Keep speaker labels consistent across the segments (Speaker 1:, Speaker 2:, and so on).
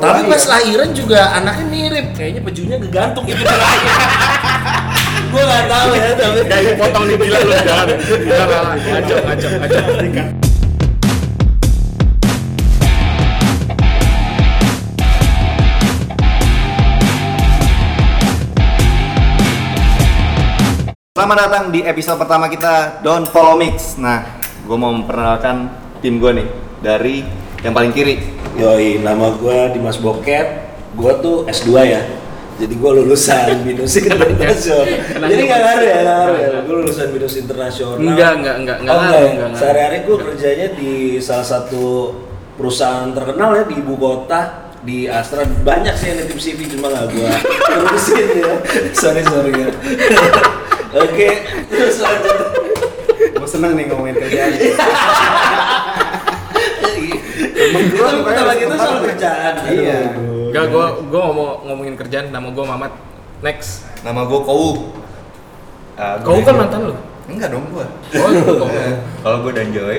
Speaker 1: Tapi
Speaker 2: Iya.
Speaker 3: Iya.
Speaker 4: Tapi
Speaker 1: pas
Speaker 4: ya.
Speaker 1: lahiran juga anaknya mirip. Kayaknya gitu. bajunya kegantung itu terakhir. Gue nggak tahu ya tapi.
Speaker 2: Kayu potong nih gila lu jangan. Jangan jangan. ngajak ngajak ngajak.
Speaker 4: Selamat datang di episode pertama kita Don't Follow Mix. Nah, gue mau memperkenalkan tim gue nih dari yang paling kiri.
Speaker 3: Yoi, nama gua Dimas Boket, gua tuh S2 ya jadi gua lulusan BINUS Internasional
Speaker 2: Kenapa?
Speaker 3: jadi nggak ngaruh ya, nggak ngaruh ya
Speaker 2: Kenapa?
Speaker 3: Gua lulusan BINUS Internasional
Speaker 2: Enggak enggak enggak enggak
Speaker 3: Oh,
Speaker 2: ngaruh,
Speaker 3: ya?
Speaker 2: enggak ngaruh.
Speaker 3: sehari-hari gua kerjanya di salah satu perusahaan terkenal ya di ibu kota di Astra banyak sih yang nitip CV cuma nggak gua terusin ya sorry sorry ya oke terus lanjut
Speaker 4: Gue seneng nih ngomongin kerjaan. Emang
Speaker 3: kita pertama kita soal kerjaan
Speaker 4: Iya.
Speaker 3: Aduh.
Speaker 2: Enggak gua gua ngomong ngomongin kerjaan nama gua Mamat. Next.
Speaker 4: Nama gue Kowu. Ah, gua
Speaker 2: Kau kan
Speaker 4: Danjoy.
Speaker 2: mantan lu.
Speaker 4: Enggak dong gue.
Speaker 2: Oh, lu kau.
Speaker 4: Kalau gue dan Joy.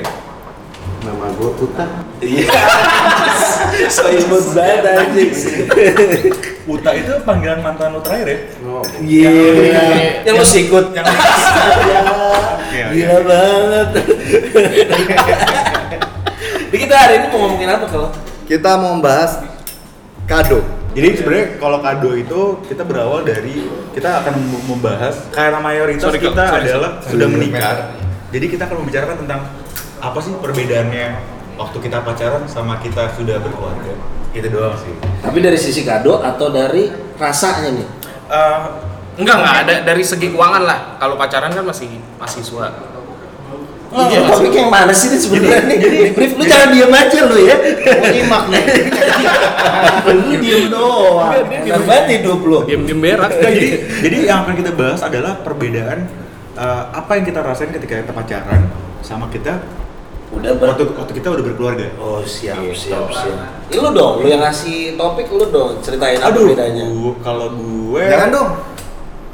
Speaker 5: Nama gue Puta.
Speaker 3: Iya. So imut banget anjing.
Speaker 1: Uta itu panggilan mantan lo terakhir ya?
Speaker 5: Oh,
Speaker 3: Gila. Yang lu sikut.
Speaker 1: Yang
Speaker 3: Gila. Gila banget. Jadi kita hari ini mau ngomongin apa kalau?
Speaker 4: Kita mau membahas kado.
Speaker 5: Jadi sebenarnya kalau kado itu kita berawal dari kita akan mem- membahas karena mayoritas
Speaker 2: Sorry, Kak.
Speaker 5: kita
Speaker 2: Sorry,
Speaker 5: adalah
Speaker 4: sorry.
Speaker 5: sudah
Speaker 4: Sorry,
Speaker 5: menikah.
Speaker 4: Kak.
Speaker 5: Jadi kita akan membicarakan tentang apa sih perbedaannya waktu kita pacaran sama kita sudah berkeluarga. Itu doang sih.
Speaker 3: Tapi dari sisi kado atau dari rasanya nih?
Speaker 5: Eh,
Speaker 2: Enggak enggak ada dari segi keuangan lah. Kalau pacaran kan masih mahasiswa.
Speaker 3: Oh,
Speaker 2: Iya,
Speaker 3: topik yang mana sih ini sebenarnya nih? Di brief lu jangan diem aja lu ya.
Speaker 1: Gue nyimak nih.
Speaker 3: Lu diem doang.
Speaker 2: Enggak, dia diem.
Speaker 3: Enak banget hidup lu.
Speaker 2: Diam-diam berak.
Speaker 5: Nah, jadi
Speaker 4: Iya.
Speaker 5: jadi yang akan kita bahas adalah perbedaan eh, apa yang kita rasain ketika kita pacaran sama kita
Speaker 3: Udah
Speaker 5: waktu waktu kita udah berkeluarga.
Speaker 3: Oh siap
Speaker 5: Gitu.
Speaker 3: siap siap. Ih, lu dong, lu yang ngasih topik lu dong, ceritain apa
Speaker 5: Aduh,
Speaker 3: bedanya?
Speaker 5: gua- kalau gue
Speaker 4: Jangan dong.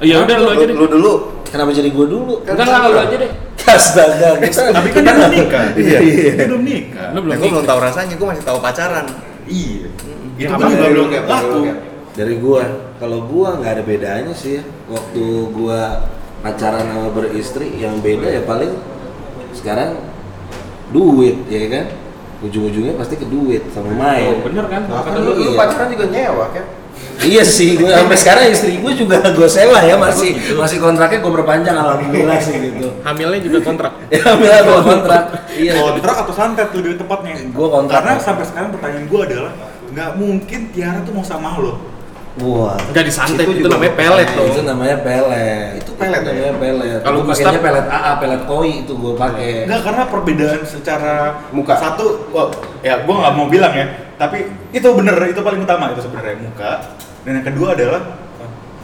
Speaker 2: Ya udah lu aja deh.
Speaker 4: Lu dulu.
Speaker 3: Kenapa jadi gua dulu?
Speaker 2: Enggak enggak lu aja
Speaker 4: Nah,
Speaker 2: deh.
Speaker 3: Astaga, kita
Speaker 5: tapi kan dia belum nikah. Iya. Dia belum nikah.
Speaker 2: Lu belum
Speaker 4: Nah, gue belum tahu rasanya, gue masih tahu pacaran.
Speaker 5: Iya. Itu
Speaker 4: Apa
Speaker 5: kan juga
Speaker 4: dari
Speaker 5: belum
Speaker 4: lu, Cap? Dari
Speaker 5: laku.
Speaker 4: lu, Cap?
Speaker 3: dari gua kalau gua nggak ada bedanya sih ya. waktu gua pacaran sama beristri yang beda ya paling sekarang duit ya kan ujung-ujungnya pasti ke duit sama
Speaker 2: Oh,
Speaker 3: main
Speaker 2: bener kan?
Speaker 4: Nah,
Speaker 2: Kata
Speaker 4: kan
Speaker 2: lu.
Speaker 4: lu, lu
Speaker 3: Iya.
Speaker 4: pacaran juga nyewa kan?
Speaker 3: iya sih gua sampai sekarang istri gua juga gua sewa ya masih masih kontraknya gua perpanjang alhamdulillah sih gitu
Speaker 2: Hamilnya juga kontrak.
Speaker 3: ya alhamdulillah gua kontrak iya
Speaker 5: Kontrak atau santet tuh di tempatnya.
Speaker 3: Gua kontrak.
Speaker 5: Karena sampai sekarang pertanyaan gue adalah nggak mungkin Tiara tuh mau sama lo.
Speaker 3: wah
Speaker 2: Enggak disantet
Speaker 4: Itu
Speaker 2: itu
Speaker 4: juga
Speaker 2: namanya pelet
Speaker 3: Nah,
Speaker 2: dong.
Speaker 3: itu namanya pelet.
Speaker 4: Itu pelet ya?
Speaker 3: namanya pelet.
Speaker 2: Kalau
Speaker 3: Kalau gua pakainya
Speaker 2: Gustaf-
Speaker 3: pelet AA, pelet koi itu gua pakai.
Speaker 5: Enggak karena perbedaan secara
Speaker 4: Muka.
Speaker 5: Satu, oh, ya gue nggak mau bilang ya. Tapi itu bener, itu paling utama itu sebenarnya muka. Dan yang kedua adalah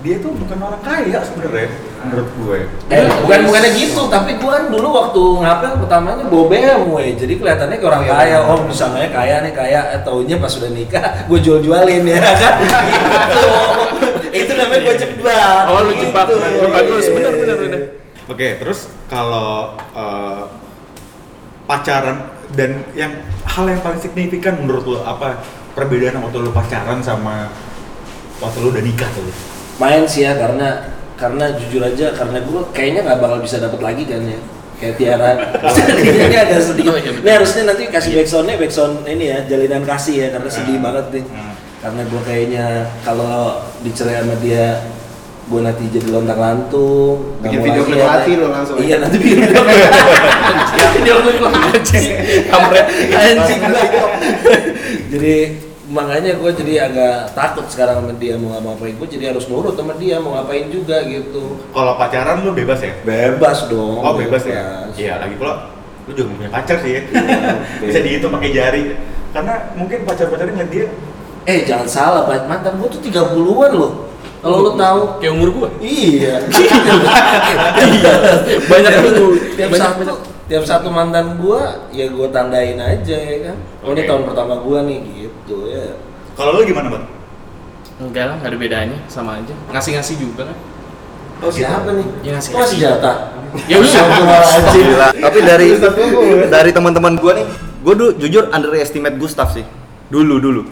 Speaker 5: dia tuh bukan orang kaya sebenarnya menurut gue.
Speaker 3: Eh, bukan bukannya gitu, tapi gua kan dulu waktu ngapel pertamanya bawa BMW, jadi kelihatannya kayak orang kaya. Oh, misalnya kaya nih kaya, eh, taunya pas sudah nikah gua jual-jualin ya kan. gitu. itu namanya gua jebak.
Speaker 2: Oh, lu jebak.
Speaker 3: Gitu.
Speaker 2: Lu bagus. Bener, bener, bener.
Speaker 1: Iya.
Speaker 5: Oke, terus kalau eh, pacaran dan yang hal yang paling signifikan menurut lo apa perbedaan waktu lo pacaran sama waktu lo udah nikah tuh?
Speaker 3: Main sih ya karena karena jujur aja karena gua kayaknya nggak bakal bisa dapat lagi kan ya kayak Tiara ini agak sedih
Speaker 2: Oh, iya, betul. Iya.
Speaker 3: ini harusnya nanti kasih backsoundnya backsound ini ya jalinan kasih ya karena sedih
Speaker 4: Hmm.
Speaker 3: banget nih karena gue kayaknya kalau dicerai sama dia gue nanti jadi lontang lantung nggak
Speaker 4: Bikin
Speaker 3: mau
Speaker 4: video
Speaker 3: lagi
Speaker 4: klip
Speaker 3: ya,
Speaker 4: mati
Speaker 3: Nay.
Speaker 4: lo langsung.
Speaker 3: iya nanti bikin video klip
Speaker 2: Dia lu gua anjing. Kampret.
Speaker 3: anjing gua. jadi makanya gue jadi agak takut sekarang sama dia mau ngapain gue jadi harus nurut sama dia mau ngapain juga gitu
Speaker 5: Kalau pacaran lo bebas ya?
Speaker 3: bebas dong
Speaker 5: Oh bebas ya? Iya, lagi pula lo juga nggak punya pacar sih ya?
Speaker 3: Iya.
Speaker 5: Bisa dihitung pakai jari. Karena mungkin pacar-pacarnya ngeliat dia
Speaker 3: eh jangan salah Pak. mantan gue tuh 30-an loh kalau lo tahu
Speaker 2: Kayak umur gua.
Speaker 3: Iya.
Speaker 2: Banyak dulu.
Speaker 3: Tiap
Speaker 2: Banyak,
Speaker 3: satu
Speaker 2: banyak.
Speaker 3: tiap satu mantan gua ya gua tandain aja ya kan. Oh, ini
Speaker 5: Oke.
Speaker 3: tahun pertama gua nih gitu ya.
Speaker 5: kalau lo gimana bang?
Speaker 2: Enggak lah, enggak ada bedanya, sama aja. Ngasih-ngasih juga kan.
Speaker 3: Oh,
Speaker 5: gitu.
Speaker 3: siapa nih?
Speaker 2: Ya, ngasih-
Speaker 3: Kok masih jatah?
Speaker 2: Ya udah.
Speaker 4: Gila. Tapi dari dari teman-teman gue nih, gue dulu jujur underestimate Gustaf sih. Dulu dulu.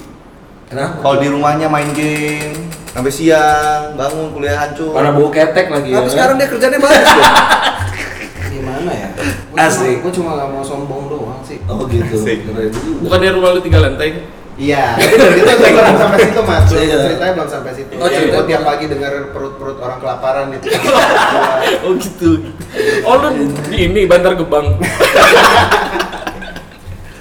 Speaker 3: Kenapa?
Speaker 4: Kalau di rumahnya main game sampai siang, bangun kuliah hancur.
Speaker 3: Karena bau ketek lagi ya.
Speaker 4: Tapi sekarang dia kerjanya bagus. loh.
Speaker 6: Gimana ya?
Speaker 3: Asik.
Speaker 6: Gue cuma gak mau sombong doang sih.
Speaker 3: Oh gitu.
Speaker 5: Asik.
Speaker 3: Keren juga.
Speaker 2: Bukan dari rumah lu tiga lantai?
Speaker 6: Iya, itu itu belum sampai situ mas. Belum-
Speaker 3: Iya.
Speaker 6: Ceritanya belum sampai situ.
Speaker 3: Oh,
Speaker 6: Jadi
Speaker 3: cerita.
Speaker 6: gua tiap pagi dengar perut-perut orang kelaparan gitu. itu.
Speaker 2: Oh gitu. Oh lu di ini Bantar Gebang.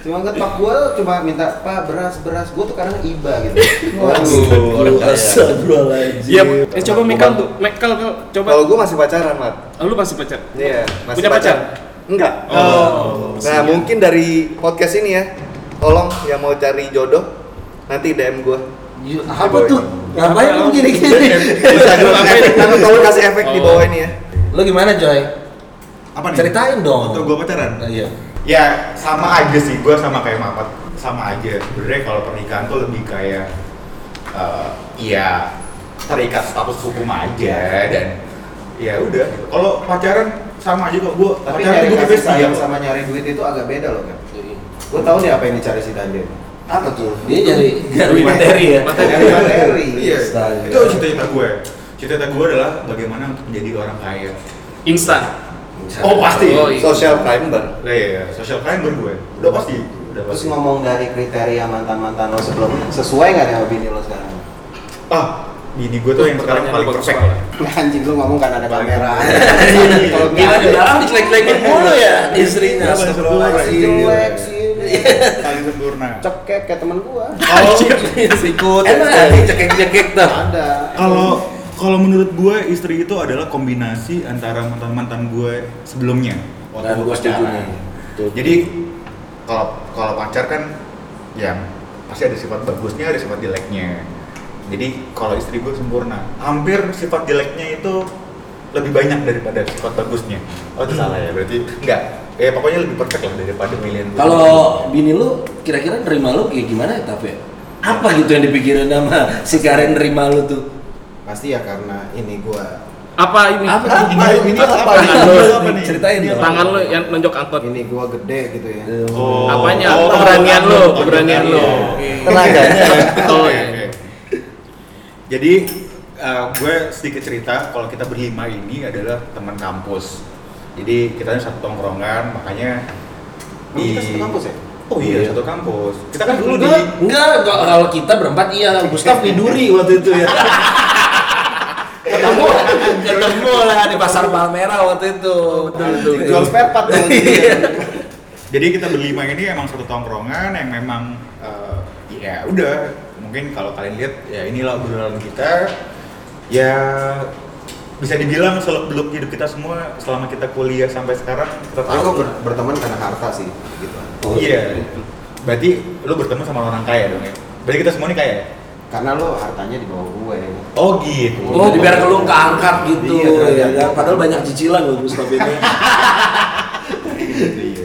Speaker 6: cuma ngetok gue cuma minta pak beras beras gue tuh kadang iba gitu.
Speaker 4: orang kaya.
Speaker 3: Astagfirullahaladzim.
Speaker 2: Iya. Eh, coba
Speaker 4: Mau
Speaker 2: Michael,
Speaker 4: bantu.
Speaker 2: Michael kau coba.
Speaker 4: Kalau gue masih pacaran, Mat.
Speaker 2: Oh, lu masih pacar?
Speaker 4: Iya, masih
Speaker 2: Punya pacar?
Speaker 4: Enggak.
Speaker 5: Oh.
Speaker 4: Nah, mungkin dari podcast ini ya. Tolong yang mau cari jodoh nanti DM gue.
Speaker 3: Iya. Apa tuh? Iya, Ngapain lu gini-gini?
Speaker 4: Bisa gue efek, nanti tolong kasih efek di bawah ini ya.
Speaker 3: Lu gimana Joy?
Speaker 5: Apa nih?
Speaker 3: Ceritain dong.
Speaker 5: Atau gue pacaran?
Speaker 3: Nah, Iya.
Speaker 5: Ya sama aja sih, gue sama kayak Mamat sama aja. Sebenarnya kalau pernikahan tuh lebih kayak eh, ya terikat status hukum aja dan ya udah. Kalau pacaran sama aja kok gue
Speaker 6: Tapi
Speaker 5: pacaran
Speaker 6: nyari
Speaker 5: gue juga
Speaker 6: kasih
Speaker 5: siap.
Speaker 6: sayang sama nyari duit itu agak beda loh kan. Gue tahu deh apa yang dicari si Dande. Apa tuh?
Speaker 3: Dia nyari nyari materi ya.
Speaker 6: Nyari materi.
Speaker 5: Iya,
Speaker 3: Astaga.
Speaker 5: itu cita-cita gue. Cita-cita gue adalah bagaimana untuk menjadi orang kaya.
Speaker 2: Instan.
Speaker 5: Oh pasti.
Speaker 2: Oh, iya.
Speaker 4: Social climber.
Speaker 5: Nah, iya, social climber gue. Udah pasti. Udah
Speaker 6: Terus
Speaker 5: pasti.
Speaker 6: ngomong dari kriteria mantan-mantan lo sebelumnya, sesuai nggak dengan bini lo sekarang?
Speaker 5: Ah, bini gue tuh yang sekarang paling perfect.
Speaker 6: Anjing lu ngomong kan ada kamera. Kalau
Speaker 3: Gila di
Speaker 6: nggak
Speaker 3: dalam dijelek-jelekin mulu ya istrinya.
Speaker 5: Paling sempurna.
Speaker 6: ada, si jelek sih.
Speaker 5: Paling sempurna.
Speaker 6: Cekek kayak temen gua.
Speaker 3: Ikut. Emang ada cekek-cekek ya, tuh.
Speaker 6: Ada.
Speaker 5: Kalau kalau menurut gue istri itu adalah kombinasi antara mantan-mantan gue sebelumnya.
Speaker 3: Dan
Speaker 5: gua
Speaker 3: gue setuju
Speaker 5: pacaran.
Speaker 3: nih. Tuh.
Speaker 5: Jadi kalau kalau pacar kan yang pasti ada sifat bagusnya, ada sifat jeleknya. Jadi kalau istri gue sempurna, hampir sifat jeleknya itu lebih banyak daripada sifat bagusnya. Oh itu salah ya berarti enggak. Ya pokoknya lebih perfect lah daripada pilihan gue.
Speaker 3: Kalau bini lu kira-kira nerima lu kayak gimana ya tapi apa gitu yang dipikirin sama si Karen nerima lu tuh?
Speaker 6: Pasti ya karena ini gua.
Speaker 2: Apa ini?
Speaker 3: Apa?
Speaker 5: ini ini apa?
Speaker 3: Apa?
Speaker 5: Tangan lu apa nih?
Speaker 3: Ceritain dong.
Speaker 2: Tangan lu yang nonjok angkot.
Speaker 6: Ini gua gede gitu ya.
Speaker 5: Oh.
Speaker 2: Apanya?
Speaker 5: Oh,
Speaker 2: keberanian lu,
Speaker 5: tangan
Speaker 2: keberanian lu.
Speaker 4: Tenaganya.
Speaker 2: Oh, iya.
Speaker 5: Oke. Jadi eh, gue sedikit cerita kalau kita berlima ini adalah teman kampus. Jadi kita satu tongkrongan, makanya
Speaker 6: Emang kita satu kampus ya?
Speaker 5: Oh iya,
Speaker 3: Iya.
Speaker 5: satu kampus. Kita kan dulu di
Speaker 3: Enggak, enggak kalau kalau kita berempat iya, Gustaf Widuri waktu itu ya. ketemu, ketemu lah di pasar Palmera waktu itu. Betul, betul.
Speaker 6: Jual
Speaker 2: Iya.
Speaker 6: spare part dong.
Speaker 5: Iya. Jadi kita berlima ini emang satu tongkrongan yang memang eh, ya udah mungkin kalau kalian lihat ya inilah obrolan kita ya bisa dibilang seluk beluk hidup kita semua selama kita kuliah sampai sekarang kita
Speaker 6: Tapi gua
Speaker 5: tahu
Speaker 6: ber- berteman karena harta sih gitu.
Speaker 5: Iya. Berarti lu bertemu sama orang kaya dong ya. Berarti kita semua ini kaya. ya?
Speaker 6: Karena lo hartanya di bawah ya. gue.
Speaker 5: Oh gitu.
Speaker 3: Oh, di biar lu keangkat gitu.
Speaker 5: Iya,
Speaker 3: ya, kan? Padahal banyak cicilan loh Gustaf ini.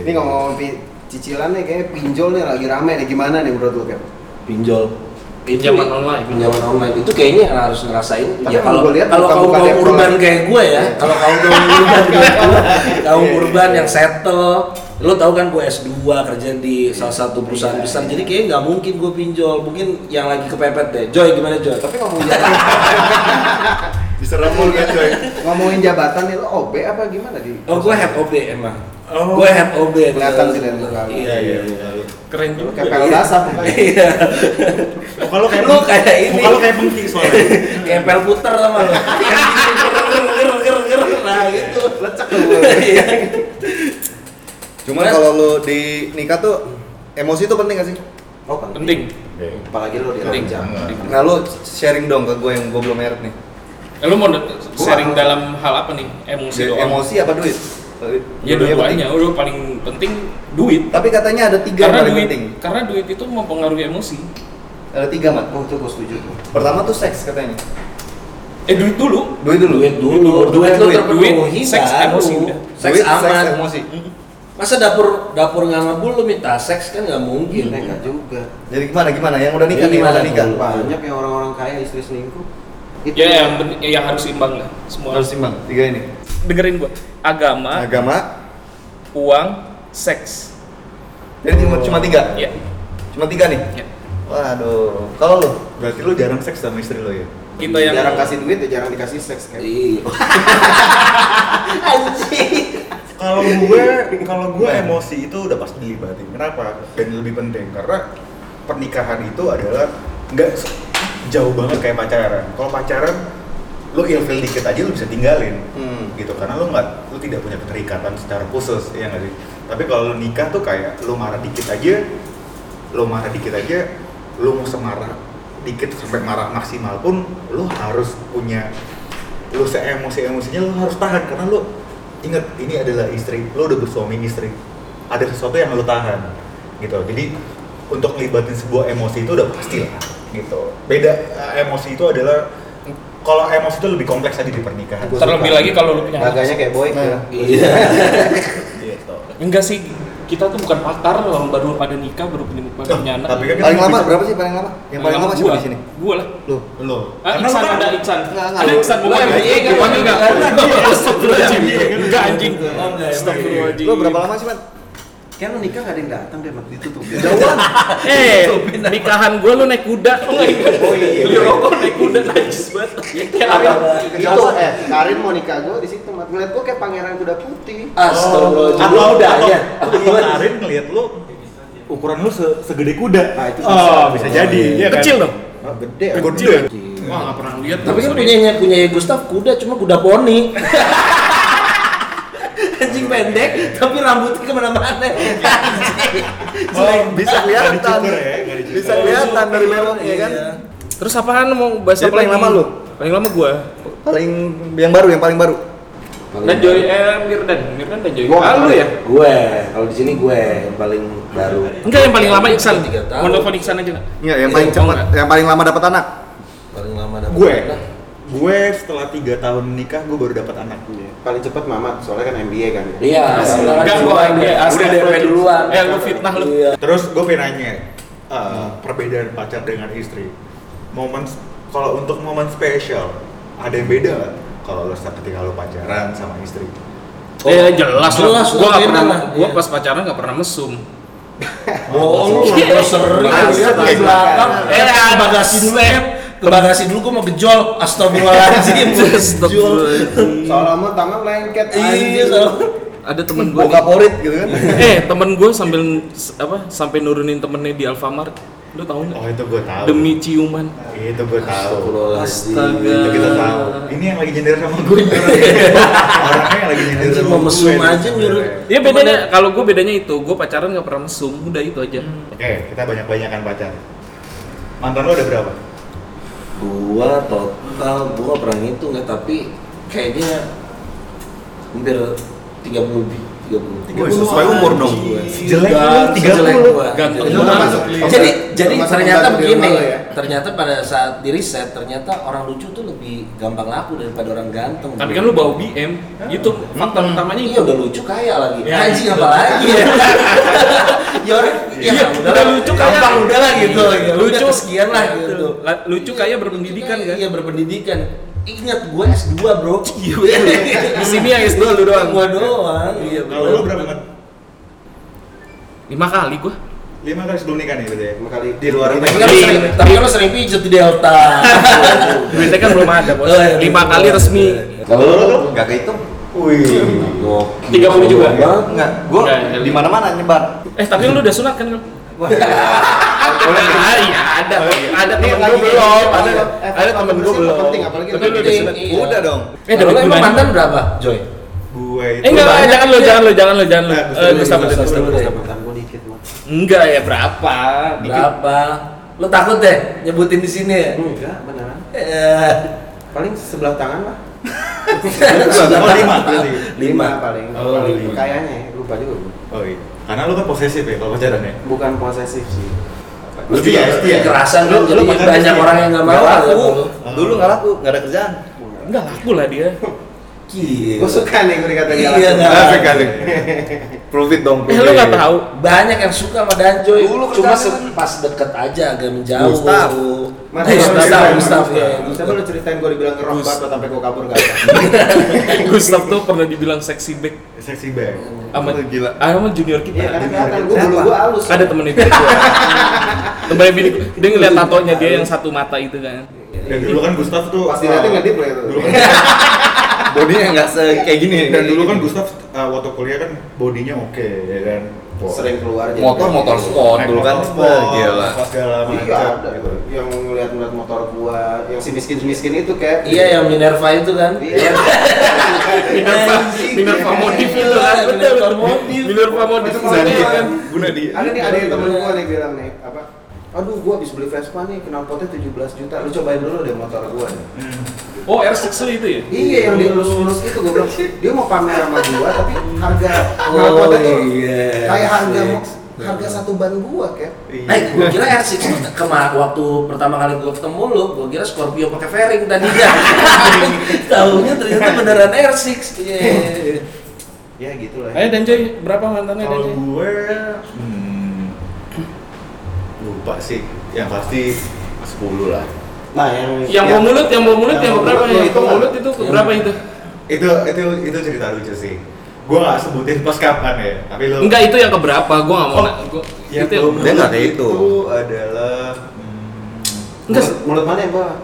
Speaker 6: Ini ngomong pi- cicilan nih kayaknya pinjol nih lagi rame nih gimana nih menurut lo Cap?
Speaker 3: Pinjol. ya.
Speaker 2: Pinjaman online.
Speaker 3: pinjaman online itu kayaknya yang harus ngerasain
Speaker 6: Tapi
Speaker 3: ya kalau
Speaker 6: kalau gua lihat
Speaker 3: kalau kaum
Speaker 6: bukan-
Speaker 3: kaum
Speaker 6: bukan
Speaker 3: urban
Speaker 6: level.
Speaker 3: kayak gue ya kalau kaum kaum urban kayak gue kaum urban yang settle lo tau kan gue S2 kerja di salah satu perusahaan besar jadi kayaknya nggak mungkin gue pinjol mungkin yang lagi kepepet deh Joy gimana Joy
Speaker 6: Tapi ngomongin jabatan,
Speaker 5: Diserang mulu kan coy.
Speaker 6: ngomongin jabatan nih lo OB apa gimana di?
Speaker 3: oh gue head OB emang
Speaker 5: Oh.
Speaker 3: gue head OB
Speaker 6: Kelihatan sih dari muka lu.
Speaker 3: iya iya
Speaker 2: Keren
Speaker 6: Lu
Speaker 2: juga.
Speaker 6: kayak pel dasar mukanya.
Speaker 3: iya
Speaker 5: Muka lu kayak
Speaker 3: Lu kayak ini.
Speaker 5: Muka lu kayak pengki soalnya.
Speaker 3: kayak pel puter sama lo ger ger ger nah gitu
Speaker 6: Lecek lu.
Speaker 3: Iya.
Speaker 4: Cuman kalau lu di nikah tuh emosi tuh penting gak sih?
Speaker 6: Oh
Speaker 3: kan
Speaker 2: Penting.
Speaker 6: Apalagi lo di
Speaker 2: Penting.
Speaker 6: jam.
Speaker 2: Penting.
Speaker 4: Nah, lu sharing dong ke gue yang gue belum merit nih.
Speaker 2: Eh, Lu mau de- sharing dalam hal apa nih? Emosi
Speaker 4: Dari
Speaker 2: doang.
Speaker 4: Emosi apa duit?
Speaker 2: Ya
Speaker 4: Dua-duanya penting.
Speaker 2: dua-duanya, udah paling penting duit.
Speaker 4: Tapi katanya ada tiga yang
Speaker 2: Karena
Speaker 4: paling
Speaker 2: duit,
Speaker 4: penting.
Speaker 2: karena duit itu mempengaruhi emosi.
Speaker 4: Ada tiga mat.
Speaker 6: Oh itu gue setuju tuh.
Speaker 4: Pertama tuh seks katanya.
Speaker 2: Eh duit dulu.
Speaker 4: Duit dulu.
Speaker 3: duit dulu duit lu
Speaker 4: Duit,
Speaker 3: terpenuhi
Speaker 2: duit, seks,
Speaker 3: baru.
Speaker 2: emosi, udah.
Speaker 3: seks
Speaker 4: Duit,
Speaker 3: aman
Speaker 4: seks, emosi.
Speaker 3: masa dapur dapur nggak ngebul lu minta seks kan nggak mungkin
Speaker 6: Gila enggak juga.
Speaker 4: Jadi gimana gimana? Yang udah nikah
Speaker 3: Jadi
Speaker 4: nih, yang udah
Speaker 3: gimana
Speaker 4: nikah.
Speaker 3: dulu?
Speaker 6: Banyak yang orang-orang kaya istri selingkuh. Itu
Speaker 2: Ya yang ben- ya, yang harus imbang lah semua.
Speaker 4: Harus timbang tiga ini.
Speaker 2: dengerin gua. Agama,
Speaker 4: Agama.
Speaker 2: uang, seks.
Speaker 4: Jadi cuma cuma tiga.
Speaker 2: Ya.
Speaker 1: Iya.
Speaker 4: Cuma tiga nih.
Speaker 2: Ya.
Speaker 4: Waduh. Kalau lu?
Speaker 5: Berarti lo jarang seks sama istri lo ya?
Speaker 2: Kita yang
Speaker 6: jarang kasih duit ya jarang dikasih seks kan
Speaker 3: Iya. Oh,
Speaker 5: Kalau gue, kalau gue emosi itu udah pasti dilibatin. Kenapa? Dan lebih penting karena pernikahan itu adalah nggak se- jauh banget kayak pacaran. Kalau pacaran lo ilfil dikit aja lo bisa tinggalin
Speaker 4: Hmm.
Speaker 5: gitu karena lo nggak lo tidak punya keterikatan secara khusus ya nggak sih tapi kalau lo nikah tuh kayak lo marah dikit aja lo marah dikit aja lo mau semarah dikit sampai marah maksimal pun lo harus punya lu seemosi emosinya lu harus tahan karena lu inget ini adalah istri lu udah bersuami istri ada sesuatu yang lu tahan gitu jadi untuk ngelibatin sebuah emosi itu udah pasti lah gitu beda eh, emosi itu adalah kalau emosi itu lebih kompleks aja di pernikahan
Speaker 6: Gua
Speaker 2: terlebih
Speaker 6: suka.
Speaker 2: lagi kalau lu punya
Speaker 6: Gaganya kayak boy ya.
Speaker 3: Iya.
Speaker 5: gitu
Speaker 1: Enggak sih, kita tuh bukan pakar orang baru pada nikah, baru punya baru punya anak.
Speaker 5: tapi kan kita
Speaker 4: Paling lama
Speaker 5: bisa-
Speaker 4: berapa sih paling lama? Yang paling lama siapa
Speaker 1: gua,
Speaker 4: di sini?
Speaker 1: Gua lah.
Speaker 4: Lu.
Speaker 5: lu
Speaker 1: Ah,
Speaker 5: Karena
Speaker 1: Iksan
Speaker 5: lu kan-
Speaker 1: ada Iksan.
Speaker 4: Enggak, enggak,
Speaker 1: Ada
Speaker 4: lu-
Speaker 1: Iksan bukan.
Speaker 4: lu
Speaker 1: Iya,
Speaker 4: emang-
Speaker 1: bukan enggak.
Speaker 4: Lu emang-
Speaker 1: Astagfirullahaladzim. Enggak anjing.
Speaker 3: Oh, enggak,
Speaker 1: Astagfirullahaladzim.
Speaker 4: Lu berapa lama sih, Man?
Speaker 6: Kayak lu nikah gak ada yang datang deh, Mat. ditutupin.
Speaker 1: Eh, nikahan gua lu naik kuda. Oh enggak.
Speaker 5: oh iya, iya.
Speaker 1: Beli rokok naik kuda najis banget. Ya, Kayak Ariel.
Speaker 6: Itu eh Karin mau nikah gue di situ, Mat. Ngeliat gue kayak pangeran kuda putih.
Speaker 3: Ah, Astagfirullahaladzim. Lu udah
Speaker 5: atau- iya.
Speaker 3: ya.
Speaker 5: atau kemarin ngeliat lu ukuran lu se- segede kuda
Speaker 6: Nah, itu
Speaker 5: oh,
Speaker 6: bisa.
Speaker 5: bisa jadi iya kan?
Speaker 1: Kecil dong.
Speaker 6: Ah, gede.
Speaker 5: gede
Speaker 2: Wah, nggak pernah lihat.
Speaker 3: Tapi kan
Speaker 2: sorry.
Speaker 3: punyanya punyanya Gustaf kuda cuma kuda poni. Anjing pendek tapi rambutnya kemana-mana. Anjing.
Speaker 5: Oh,
Speaker 4: Bisa kelihatan.
Speaker 5: Nggak dicukur ya, nggak dicukur.
Speaker 4: Bisa kelihatan dari merahnya ya kan?
Speaker 3: Iya.
Speaker 1: Terus apaan mau bahas
Speaker 4: Jadi
Speaker 1: apa
Speaker 4: paling
Speaker 1: lagi?
Speaker 4: lama lu?
Speaker 1: Paling lama gua.
Speaker 4: Paling yang baru, yang paling baru.
Speaker 3: Kan
Speaker 1: Dan Joy eh Mirdan, Mirdan dan Joy.
Speaker 6: Gua
Speaker 1: Ah, lu ya?
Speaker 3: Gue, kalau di sini gue yang paling baru.
Speaker 1: Enggak yang paling lama Iksan.
Speaker 3: Tiga tahun.
Speaker 1: Mau telepon Iksan aja nggak?
Speaker 4: Iya, yang paling
Speaker 1: Iya,
Speaker 4: cepat,
Speaker 1: enggak.
Speaker 4: yang paling lama dapat anak.
Speaker 3: Paling lama dapat
Speaker 5: gue
Speaker 3: anak.
Speaker 5: gue setelah tiga tahun nikah gue baru dapat anak
Speaker 6: Iya, Paling cepat Mamat, soalnya kan MBA kan. ya.
Speaker 3: Iya, sekarang
Speaker 1: Enggak,
Speaker 3: cuma
Speaker 1: gua
Speaker 3: dia
Speaker 1: enggak.
Speaker 3: asli
Speaker 5: Udah,
Speaker 3: DP
Speaker 5: udah.
Speaker 3: duluan.
Speaker 1: Eh, lu fitnah lu.
Speaker 3: Iya.
Speaker 5: terus gue pengen nanya eh, perbedaan pacar dengan istri momen kalau untuk momen spesial ada yang beda nggak kalau lo ketika lo pacaran sama istri
Speaker 1: Eh jelas lah.
Speaker 3: Oh. Jelas lah,
Speaker 1: Gua nggak
Speaker 3: beda
Speaker 1: pernah.
Speaker 3: lah.
Speaker 1: Gua
Speaker 3: Iya.
Speaker 1: pas pacaran nggak pernah mesum.
Speaker 3: Bohong Oh, lu,
Speaker 1: Iya.
Speaker 3: lu sering
Speaker 1: Iya.
Speaker 3: lihat ke belakang. Eh,
Speaker 1: Iya.
Speaker 3: ke bagasi dulu eh. Ke bagasi dulu gue mau gejol. Astagfirullahaladzim. Gejol.
Speaker 6: Soal lama tangan lengket.
Speaker 3: Iya,
Speaker 6: anjing.
Speaker 3: soalnya.
Speaker 1: Ada temen gua.
Speaker 4: Buka porit gitu kan.
Speaker 1: eh temen gue sambil s- apa sampai nurunin temennya di Alfamart lu tahu nggak
Speaker 5: oh itu gue tahu
Speaker 1: demi ciuman
Speaker 5: itu gue tahu
Speaker 1: Astaga.
Speaker 5: itu kita tahu ini yang lagi nyender sama gue orangnya yang lagi nyender
Speaker 3: Anjing,
Speaker 5: sama
Speaker 3: mau
Speaker 5: gue
Speaker 3: mesum
Speaker 5: nih
Speaker 3: aja nyuruh.
Speaker 5: sebenarnya.
Speaker 1: ya bedanya kalau gue bedanya itu gue pacaran nggak pernah mesum udah itu aja
Speaker 3: Oh,
Speaker 5: oke kita banyak banyakan pacar mantan lo ada berapa
Speaker 3: Gua total gua nggak pernah ngitung ya tapi kayaknya hampir 30 lebih 30.
Speaker 5: Wih,
Speaker 4: 30 sesuai umur dong.
Speaker 5: jelek lo
Speaker 3: Dan
Speaker 5: tiga
Speaker 3: sejelek
Speaker 5: puluh
Speaker 3: gua.
Speaker 1: Ganteng
Speaker 3: Jadi-
Speaker 1: banget.
Speaker 6: Termasuk-
Speaker 3: Jadi jadi
Speaker 6: termasuk
Speaker 3: ternyata
Speaker 6: pembantu di rumah
Speaker 3: begini,
Speaker 6: lo ya.
Speaker 3: ternyata pada saat di riset ternyata orang lucu tuh lebih gampang laku daripada orang ganteng.
Speaker 1: tapi kan lu bawa BM itu gitu. faktor utamanya
Speaker 3: Iya
Speaker 1: itu
Speaker 3: udah lucu kaya lagi.
Speaker 1: Ya,
Speaker 3: Anjing
Speaker 1: udah
Speaker 3: apa lagi ya? Ya orang ya,
Speaker 1: Iya, udah lucu kaya. Iya,
Speaker 3: Gampang udah lah gitu. ya. Udah
Speaker 1: Lucu.
Speaker 3: kesekian lah gitu.
Speaker 1: La- lucu kaya berpendidikan, kan? Iya,
Speaker 3: Iya berpendidikan. Ingat gue S2, Bro.
Speaker 1: di sini yang S2 lu doang
Speaker 3: Gua doang. Iya,
Speaker 5: kalau lo berapa Mat?
Speaker 1: lima kali gue
Speaker 3: Iya.
Speaker 5: lima kali sebelum nikah nih berarti ya?
Speaker 6: Lima kali.
Speaker 5: di luar
Speaker 3: Tapi
Speaker 5: nikah
Speaker 3: kan lo sering, tapi kan lo sering pijet di Delta.
Speaker 1: duitnya kan belum ada bos
Speaker 3: Oh, iya,
Speaker 1: lima
Speaker 3: betul.
Speaker 1: kali resmi
Speaker 4: Kalau lu lu enggak kehitung.
Speaker 5: wih
Speaker 1: 30 juga.
Speaker 4: Enggak, gua
Speaker 1: Enggak, enggak.
Speaker 4: di mana-mana nyebar.
Speaker 1: eh tapi lu udah sunat kan Kal? Ah, iya ada
Speaker 3: Oh,
Speaker 1: ada
Speaker 4: Ini
Speaker 1: temen gitu.
Speaker 4: lagi
Speaker 1: gue belum
Speaker 4: ini,
Speaker 1: ada
Speaker 4: eh,
Speaker 1: ada temen gue
Speaker 6: penting,
Speaker 1: belum
Speaker 6: penting, apalagi
Speaker 1: tapi lu udah
Speaker 3: penting.
Speaker 1: sunat
Speaker 3: Iya.
Speaker 4: gitu. Udah dong.
Speaker 1: eh
Speaker 3: Kalau lo
Speaker 1: dapat
Speaker 3: emang
Speaker 1: gimana?
Speaker 3: mantan berapa, Joy?
Speaker 5: gue itu
Speaker 1: Eh enggak, enggak,
Speaker 3: banyak
Speaker 1: jangan lu,
Speaker 3: ya.
Speaker 1: jangan lu, jangan lu, jangan lu.
Speaker 5: Eh,
Speaker 1: Eh,
Speaker 5: Gustavo,
Speaker 1: Gustavo,
Speaker 3: Gustavo,
Speaker 1: Gustavo.
Speaker 3: Gustavo.
Speaker 6: Mantan gue dikit, Mat.
Speaker 1: Enggak ya berapa?
Speaker 3: Berapa? Lo takut deh nyebutin di sini ya?
Speaker 6: Enggak, beneran.
Speaker 3: Eh,
Speaker 6: Paling sebelah tangan lah.
Speaker 5: oh lima berarti
Speaker 6: Lima paling.
Speaker 5: Oh,
Speaker 6: Paling
Speaker 5: lima.
Speaker 6: Kayaknya ya, lupa juga. gua.
Speaker 5: oh iya karena lu kan posesif ya kalau pacaran
Speaker 3: Iya,
Speaker 5: ya
Speaker 6: Bukan posesif sih.
Speaker 5: lu setia ya setia
Speaker 3: Kekerasan kan
Speaker 5: Lu-
Speaker 3: jadi
Speaker 5: lu pacaran
Speaker 3: banyak
Speaker 5: setia?
Speaker 3: orang yang nggak mau. ya,
Speaker 4: Enggak laku.
Speaker 3: Laku.
Speaker 5: Oh.
Speaker 4: Dulu enggak laku, enggak ada kerjaan.
Speaker 1: Enggak laku lah dia.
Speaker 3: Gila.
Speaker 6: Gue suka nih gue dikatain
Speaker 3: Iya,
Speaker 6: galak.
Speaker 3: nggak.
Speaker 4: Asik
Speaker 5: kan?
Speaker 4: asik. Prove it dong.
Speaker 2: Eh lu
Speaker 1: Iya,
Speaker 2: nggak tahu?
Speaker 3: banyak yang suka sama Danjoy
Speaker 4: Dulu
Speaker 3: cuma se-
Speaker 4: kesana kan.
Speaker 3: pas deket aja agak menjauh
Speaker 4: Gustaf.
Speaker 3: Mas Gustaf Gustaf,
Speaker 6: Masa lu ceritain,
Speaker 3: Gustaf ya
Speaker 6: Gustaf lu ceritain gue dibilang ngerok banget sampai gue kabur gak?
Speaker 1: Gustaf tuh pernah dibilang sexy back
Speaker 5: Seksi banget.
Speaker 1: sama
Speaker 4: Wah, gila.
Speaker 1: Ah, sama junior kita.
Speaker 6: Iya karena kelihatan gue bulu gue halus.
Speaker 1: Ada temen itu gua. Temennya bini gua. dia ngeliat tatonya dia yang satu mata itu kan.
Speaker 5: Dan dulu kan Gustaf tuh
Speaker 6: Pasti
Speaker 5: uh,
Speaker 6: nanti ngedip lah itu.
Speaker 5: Dulu kan,
Speaker 4: Bodinya nggak se kayak gini.
Speaker 5: dan dulu kan Gustaf uh, waktu kuliah kan bodinya oke ya kan. Wah,
Speaker 6: Sering keluar
Speaker 3: iya.
Speaker 6: jadi-
Speaker 4: motor motor sport
Speaker 5: naik
Speaker 4: dulu kan.
Speaker 5: motor
Speaker 4: Wah,
Speaker 5: sport,
Speaker 4: Gila.
Speaker 5: apa segala
Speaker 6: Iya
Speaker 5: macam
Speaker 6: ada
Speaker 5: gitu.
Speaker 6: yang ngeliat-ngeliat motor gua, yang si miskin-miskin itu kayak
Speaker 3: iya yang Minerva itu kan
Speaker 6: Iya.
Speaker 1: Minerva, Minerva modif itu kan.
Speaker 3: Iya,
Speaker 1: Betul.
Speaker 3: Minerva modif.
Speaker 1: Minerva modif
Speaker 6: Itu
Speaker 1: Minerva
Speaker 6: modif.
Speaker 1: kan.
Speaker 4: Guna di.
Speaker 6: Ada nih ada yang temen gua nih bilang nih apa? Aduh gua habis beli Vespa nih, knalpotnya 17 juta. Lu cobain dulu deh motor gua nih.
Speaker 1: Oh, R6 itu ya?
Speaker 6: Iya yang dielus-elus itu gua bilang dia mau pamer sama gua tapi harga
Speaker 3: Oh,
Speaker 6: knalpotnya tuh
Speaker 3: iya.
Speaker 6: kayak harga
Speaker 3: Iya.
Speaker 6: harga satu ban gua kayak.
Speaker 5: Iya.
Speaker 4: Eh,
Speaker 3: Nah, gue kira R6 tuh kema waktu pertama kali gue ketemu lu, gue kira Scorpio pakai fairing tadinya. Tahunya ternyata beneran R6. Iya.
Speaker 6: Ya gitu lah.
Speaker 1: Ayo Danjoy, berapa mantannya
Speaker 5: Kalau
Speaker 1: Danjoy?
Speaker 5: gue hmm, lupa sih. Yang pasti 10 lah.
Speaker 6: Nah, yang
Speaker 1: Yang mau mulut, yang mau mulut, yang berapa?
Speaker 6: mulut,
Speaker 1: Yang
Speaker 6: itu
Speaker 1: mau mulut itu
Speaker 3: Yang-
Speaker 1: berapa itu?
Speaker 5: Itu itu itu cerita lucu sih. Gue gak sebutin pas kapan ya, tapi lo
Speaker 1: Enggak, itu yang keberapa? Gua nggak mau.
Speaker 5: Oh,
Speaker 1: na- gua-
Speaker 5: yang
Speaker 1: itu yang-
Speaker 5: gua
Speaker 4: Dia nggak ada
Speaker 5: menurut
Speaker 4: itu.
Speaker 5: adalah hmm,
Speaker 1: Enggak,
Speaker 6: mulut, mulut mana yang bawah?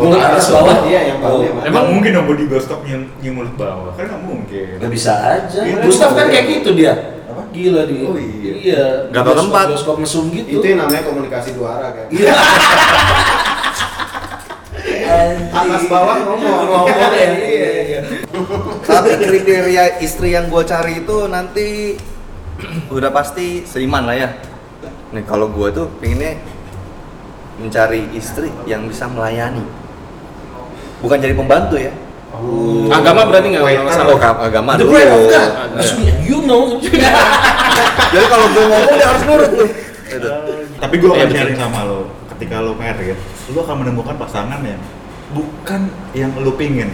Speaker 3: Mulut atas bawah. Oh,
Speaker 6: Iya yang bawah. yang
Speaker 1: Emang-
Speaker 5: Emang mungkin dong body gosok nyium, nyium mulut bawah? Kan nggak mungkin.
Speaker 3: Gak bisa aja.
Speaker 5: Iya.
Speaker 3: Gustaf kan kayak gitu dia.
Speaker 6: Apa?
Speaker 3: Gila dia.
Speaker 5: Oh, iya.
Speaker 3: Iya.
Speaker 4: Nggak tahu
Speaker 3: Bioskop-
Speaker 4: tempat.
Speaker 3: Bioskop mesum gitu.
Speaker 6: Itu yang namanya komunikasi dua arah kayak.
Speaker 3: Iya.
Speaker 6: Atas bawah
Speaker 3: Ngomong
Speaker 6: ngomong.
Speaker 3: ya.
Speaker 6: Iya, iya.
Speaker 4: Tapi kriteria istri yang gue cari itu nanti udah pasti seiman lah ya. Nih kalau gue tuh pinginnya mencari istri yang bisa melayani. Bukan jadi pembantu ya.
Speaker 1: Agama berarti nggak
Speaker 5: Waiter.
Speaker 1: nggak salah.
Speaker 4: Kalau agama
Speaker 3: The
Speaker 4: dulu.
Speaker 3: breath of God.
Speaker 1: Ada.
Speaker 3: Maksudnya, you know.
Speaker 4: Jadi kalau gue ngomong dia harus nurut tuh. Gitu.
Speaker 5: Eh, tapi gue akan
Speaker 1: Iya,
Speaker 5: sharing sama lo ketika lo merit lo akan menemukan pasangan yang bukan yang lo pingin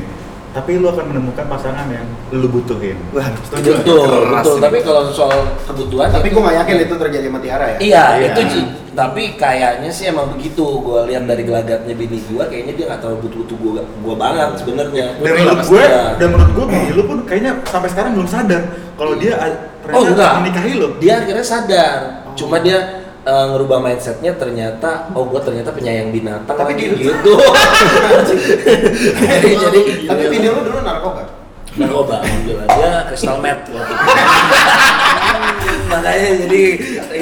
Speaker 5: tapi lo akan menemukan pasangan yang lo butuhin
Speaker 4: Wah,
Speaker 5: setuju nggak?
Speaker 3: Betul,
Speaker 4: Keras
Speaker 3: betul.
Speaker 4: ini.
Speaker 3: Tapi kalau soal kebutuhan
Speaker 6: Tapi gua nggak yakin itu terjadi sama Tiara ya.
Speaker 3: Iya,
Speaker 5: Iya.
Speaker 3: itu Ji. tapi kayaknya sih emang begitu. Gua lihat dari gelagatnya bini gua, kayaknya dia nggak terlalu butuh-butuh gua, gua banget sebenarnya.
Speaker 5: dan
Speaker 3: Iya. Betul
Speaker 5: menurut
Speaker 3: lah,
Speaker 5: gue
Speaker 3: pasti ya.
Speaker 5: dan menurut gue bini lo pun kayaknya sampai sekarang belum sadar kalau dia a-
Speaker 3: oh enggak,
Speaker 5: ternyata menikahi lo
Speaker 3: Dia akhirnya sadar.
Speaker 6: Oh.
Speaker 3: Cuma dia eh, ngerubah mindsetnya ternyata oh gua ternyata penyayang binatang
Speaker 6: Tapi
Speaker 3: lagi
Speaker 6: dia-
Speaker 3: gitu jadi jadi
Speaker 6: Tapi video lu dulu narkoba.
Speaker 3: narkoba alhamdulillah dia crystal meth waktu itu. makanya jadi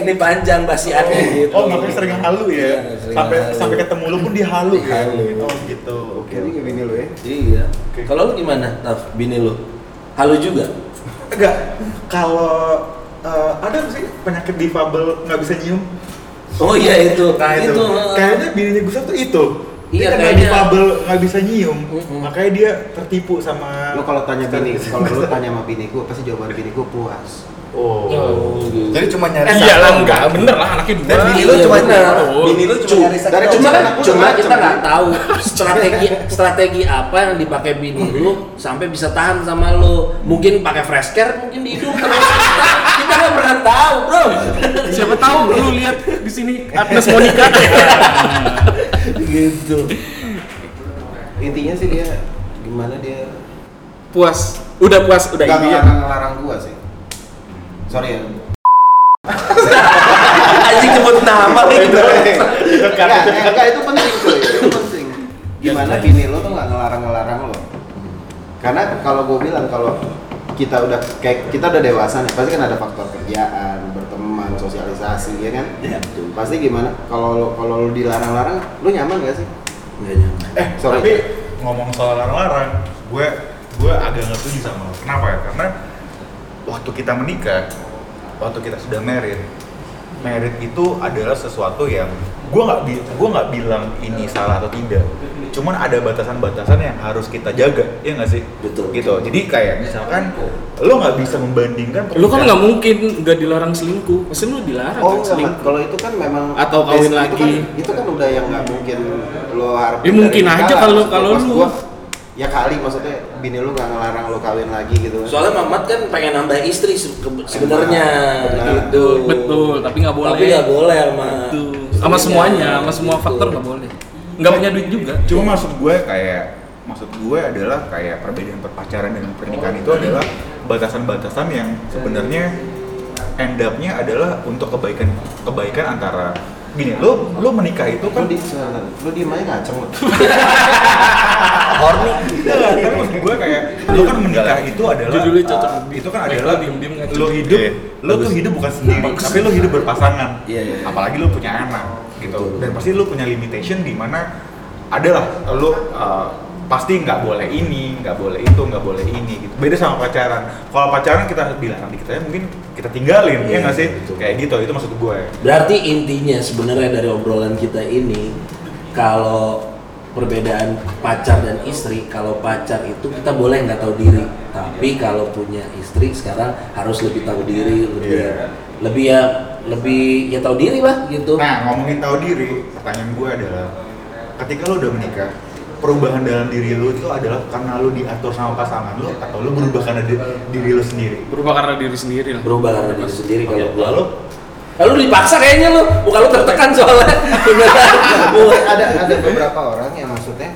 Speaker 3: ini panjang basiannya gitu
Speaker 5: oh makanya sering halu ya
Speaker 3: Iya, sering
Speaker 5: sampai
Speaker 3: halu.
Speaker 5: sampai ketemu lo pun dia halu ya
Speaker 3: Halu.
Speaker 5: oh gitu oke
Speaker 6: Jadi gini lu ya.
Speaker 3: Iya. Kalau lu gimana, Taf? Bini lu? Halu juga?
Speaker 5: enggak kalau eh, ada nggak sih penyakit difabel nggak bisa nyium
Speaker 3: Oh iya itu.
Speaker 5: Nah itu, kayaknya bininya Gustaf tuh itu.
Speaker 3: Iya,
Speaker 5: Dia kan
Speaker 3: kayaknya.
Speaker 5: kayaknya difabel, nggak bisa nyium,
Speaker 3: Mm-mm.
Speaker 5: makanya dia tertipu sama.
Speaker 6: Lu kalau tanya bini, kalau lu tanya sama bini gua pasti jawaban bini gua puas.
Speaker 5: Oh.
Speaker 4: Jadi cuma nyari
Speaker 1: Eh, Iya lah, enggak bener lah anaknya dua.
Speaker 4: Dan bini lu
Speaker 3: Iya,
Speaker 4: cuma
Speaker 3: benar.
Speaker 4: bini lu cuma
Speaker 3: Cuma-
Speaker 4: nyari
Speaker 6: dari
Speaker 4: sektor. Iya,
Speaker 3: Cuma
Speaker 6: Cuma aku
Speaker 3: cuma
Speaker 6: macem,
Speaker 3: kita nggak
Speaker 6: kan?
Speaker 3: tahu strategi strategi apa yang dipakai bini
Speaker 5: Hmm.
Speaker 3: lu sampai bisa tahan sama lu. Mungkin pakai fresh care, mungkin di hidung terus. Kita- Kita nggak pernah tahu, bro.
Speaker 1: Siapa tahu lu lihat di sini Agnes Monica.
Speaker 3: gitu.
Speaker 6: Intinya sih dia gimana dia
Speaker 1: puas, udah puas, udah ya.
Speaker 6: nggak
Speaker 1: intinya.
Speaker 6: ngelarang, ngelarang gua sih. Sorry ya.
Speaker 3: Anjing sebut nama nih.
Speaker 5: Iya,
Speaker 6: Enggak, enggak, enggak, itu penting cuy, itu penting. Gimana bini lu tuh nggak ngelarang-ngelarang lo. Karena kalau gua bilang kalau kita udah kayak kita udah dewasa nih, pasti kan ada faktor kerjaan, berteman, sosialisasi, ya kan? Pasti gimana? Kalau lu- kalau lu dilarang-larang, lu nyaman gak sih?
Speaker 4: iya,
Speaker 5: Eh
Speaker 6: Sorry.
Speaker 5: tapi ngomong soal larang-larang, gue gue agak nggak setuju sama lo. Kenapa ya? Karena waktu kita menikah, waktu kita sudah married, married itu adalah sesuatu yang gue nggak bi- gue nggak bilang ini salah atau tidak. Cuman ada batasan-batasan yang harus kita jaga, ya nggak sih?
Speaker 3: Betul.
Speaker 5: Gitu. Jadi kayak misalkan lo nggak bisa membandingkan.
Speaker 1: Lu kan
Speaker 5: pernikahan-
Speaker 1: nggak mungkin nggak dilarang selingkuh. Pasti lu dilarang kan
Speaker 6: Oh, enggak, Mat.
Speaker 1: selingkuh.
Speaker 6: kalau itu kan memang
Speaker 1: Atau kawin
Speaker 6: itu
Speaker 1: lagi.
Speaker 6: Kan, itu kan udah yang nggak mungkin lo harapin.
Speaker 1: Ya, mungkin
Speaker 6: dari
Speaker 1: aja
Speaker 6: negara.
Speaker 1: kalau-
Speaker 6: Maksud
Speaker 1: kalau
Speaker 6: gua-
Speaker 1: lu-
Speaker 6: gua- ya kali maksudnya bini lu nggak ngelarang lu kawin lagi gitu kan.
Speaker 3: Soalnya Mamat kan pengen nambah istri se- ke- sebenarnya
Speaker 6: Benar.
Speaker 3: gitu.
Speaker 1: Betul, tapi nggak boleh.
Speaker 3: Tapi nggak boleh sama
Speaker 1: Betul. Gitu.
Speaker 3: Iya.
Speaker 1: Sama semuanya, sama semua faktor nggak boleh. Nggak punya duit juga. Eh,
Speaker 5: Cuma maksud gue kayak maksud gue adalah kayak perbedaan perpacaran dan pernikahan itu adalah batasan-batasan yang sebenarnya end up-nya adalah untuk kebaikan kebaikan antara gini lo lo menikah itu
Speaker 6: Lu
Speaker 5: kan
Speaker 6: di lu diem aja ngaceng lu.
Speaker 4: horny
Speaker 5: kan maksud gue kayak lo kan menikah itu adalah
Speaker 1: Judulnya cocok.
Speaker 5: itu kan adalah
Speaker 1: Baik, lo diem-diem ngaceng.
Speaker 5: lo hidup
Speaker 4: Iya,
Speaker 5: lo tuh
Speaker 4: bagus.
Speaker 5: hidup bukan sendiri
Speaker 1: Bagus.
Speaker 5: tapi lo hidup berpasangan
Speaker 4: Iya, iya, iya.
Speaker 5: apalagi lo punya anak gitu dan pasti lo punya limitation di mana adalah lo uh, pasti nggak boleh ini nggak boleh itu nggak boleh ini gitu beda sama pacaran kalau pacaran kita dilarang dikit aja mungkin kita tinggalin
Speaker 4: Iya,
Speaker 5: ya nggak sih kayak gitu itu maksud gue
Speaker 3: Berarti intinya sebenarnya dari obrolan kita ini kalau perbedaan pacar dan istri, kalau pacar itu kita boleh nggak tahu diri, tapi kalau punya istri sekarang harus lebih tahu diri, lebih
Speaker 5: Iya.
Speaker 3: lebih ya lebih ya tahu diri lah gitu.
Speaker 5: Nah, ngomongin tahu diri, pertanyaan gue adalah ketika lo udah menikah, perubahan dalam diri lo itu adalah karena lo diatur sama pasangan lo atau lo berubah karena di- diri lo sendiri?
Speaker 7: Berubah karena diri sendiri lah.
Speaker 3: Berubah karena diri sendiri kalau gua
Speaker 5: Lalu
Speaker 3: Lalu dipaksa kayaknya Ya lu, bukan lu tertekan soalnya. Beneran.
Speaker 6: Mungkin ada ada beberapa orang yang maksudnya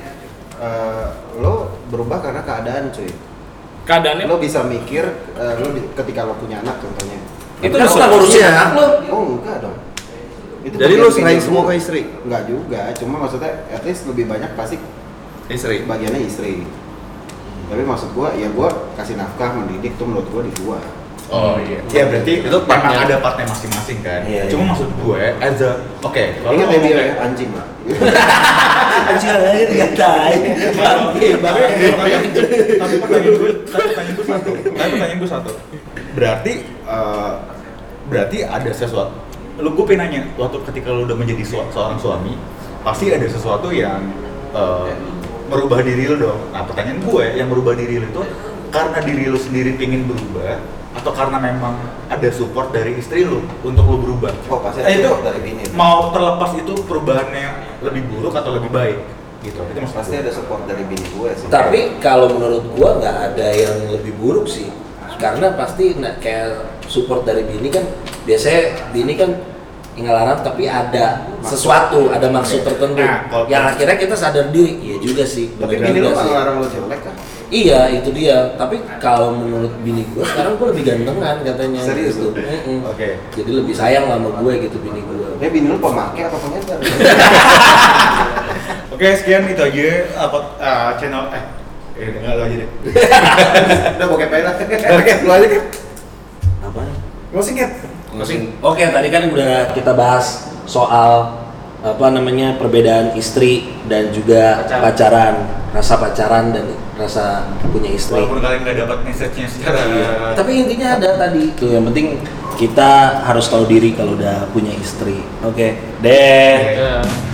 Speaker 6: eh, lo berubah karena keadaan cuy.
Speaker 1: Keadaannya
Speaker 6: Lo bisa mikir eh, lo di- ketika lo punya anak contohnya.
Speaker 3: itu lu nggak Kan ngurusin
Speaker 4: Iya.
Speaker 3: anak lu.
Speaker 6: Oh enggak dong. Itu
Speaker 4: jadi
Speaker 6: bagian
Speaker 4: lo
Speaker 6: hidup
Speaker 4: serahin
Speaker 6: lo.
Speaker 4: semua ke istri
Speaker 6: Enggak juga, cuma maksudnya at least lebih banyak pasti
Speaker 4: istri
Speaker 6: bagiannya istri. Tapi maksud gua ya gua kasih nafkah mendidik tuh menurut gua di gua.
Speaker 5: Oh iya. Ya berarti
Speaker 4: Itu
Speaker 5: itu
Speaker 4: partnya.
Speaker 5: memang ada partnya masing-masing kan.
Speaker 3: Iya, iya.
Speaker 5: Cuma maksud gue as a oke, kalau
Speaker 6: Ingat ya
Speaker 5: ngomong
Speaker 6: Bi, ya,
Speaker 5: kayak-
Speaker 6: anjing lah.
Speaker 3: Anjir, nggak
Speaker 5: tapi tapi pertanyaan gue tapi pertanyaan gue satu tapi pertanyaan gue satu berarti eh, berarti ada sesuatu lu gue pengen nanya waktu ketika lu udah menjadi sua- seorang suami pasti ada sesuatu yang eh, merubah diri lu dong nah pertanyaan gue yang merubah diri lu itu karena diri lu sendiri pingin berubah atau karena memang ada support dari istri lu untuk lu berubah
Speaker 6: Oh, pasti ada
Speaker 5: Eh, itu
Speaker 6: support dari bini.
Speaker 5: mau terlepas itu perubahannya lebih buruk atau lebih baik gitu itu maksud
Speaker 6: Pasti
Speaker 5: gue.
Speaker 6: ada support dari bini gue sih.
Speaker 3: Tapi kalau menurut gua nggak ada yang lebih buruk sih. Karena pasti nah, kayak support dari bini kan biasanya bini kan ngelarang tapi ada sesuatu, ada maksud tertentu.
Speaker 5: Nah, kalau-
Speaker 3: yang akhirnya kita sadar diri. Iya juga sih.
Speaker 6: tapi
Speaker 3: bener
Speaker 6: bini
Speaker 3: juga
Speaker 6: lo nggak
Speaker 3: sih.
Speaker 6: ngelarang lo jelek kan?
Speaker 3: Iya, itu dia. Tapi kalau menurut bini gua sekarang gua lebih gantengan katanya.
Speaker 6: Serius
Speaker 3: gitu.
Speaker 6: lu?
Speaker 3: Mm-mm.
Speaker 5: Oke.
Speaker 3: Jadi lebih sayang sama gue gitu bini gua.
Speaker 6: Dia bini lo pemakai apa pengendar?
Speaker 5: Oke, sekian itu aja apa eh, channel eh eh enggak lo aja deh.
Speaker 6: Udah bokep aja lah. Oke, lo aja deh.
Speaker 3: Apa?
Speaker 5: Mau singkat.
Speaker 3: Oke, tadi kan udah kita bahas soal apa namanya perbedaan istri dan juga pacaran, rasa pacaran dan rasa punya istri. Iya.
Speaker 5: Walaupun kalian nggak dapat message-nya secara
Speaker 3: Tapi intinya ada tadi itu yang penting kita harus tahu diri kalau udah punya istri. Oke, deh.
Speaker 1: Iya.
Speaker 5: Oke.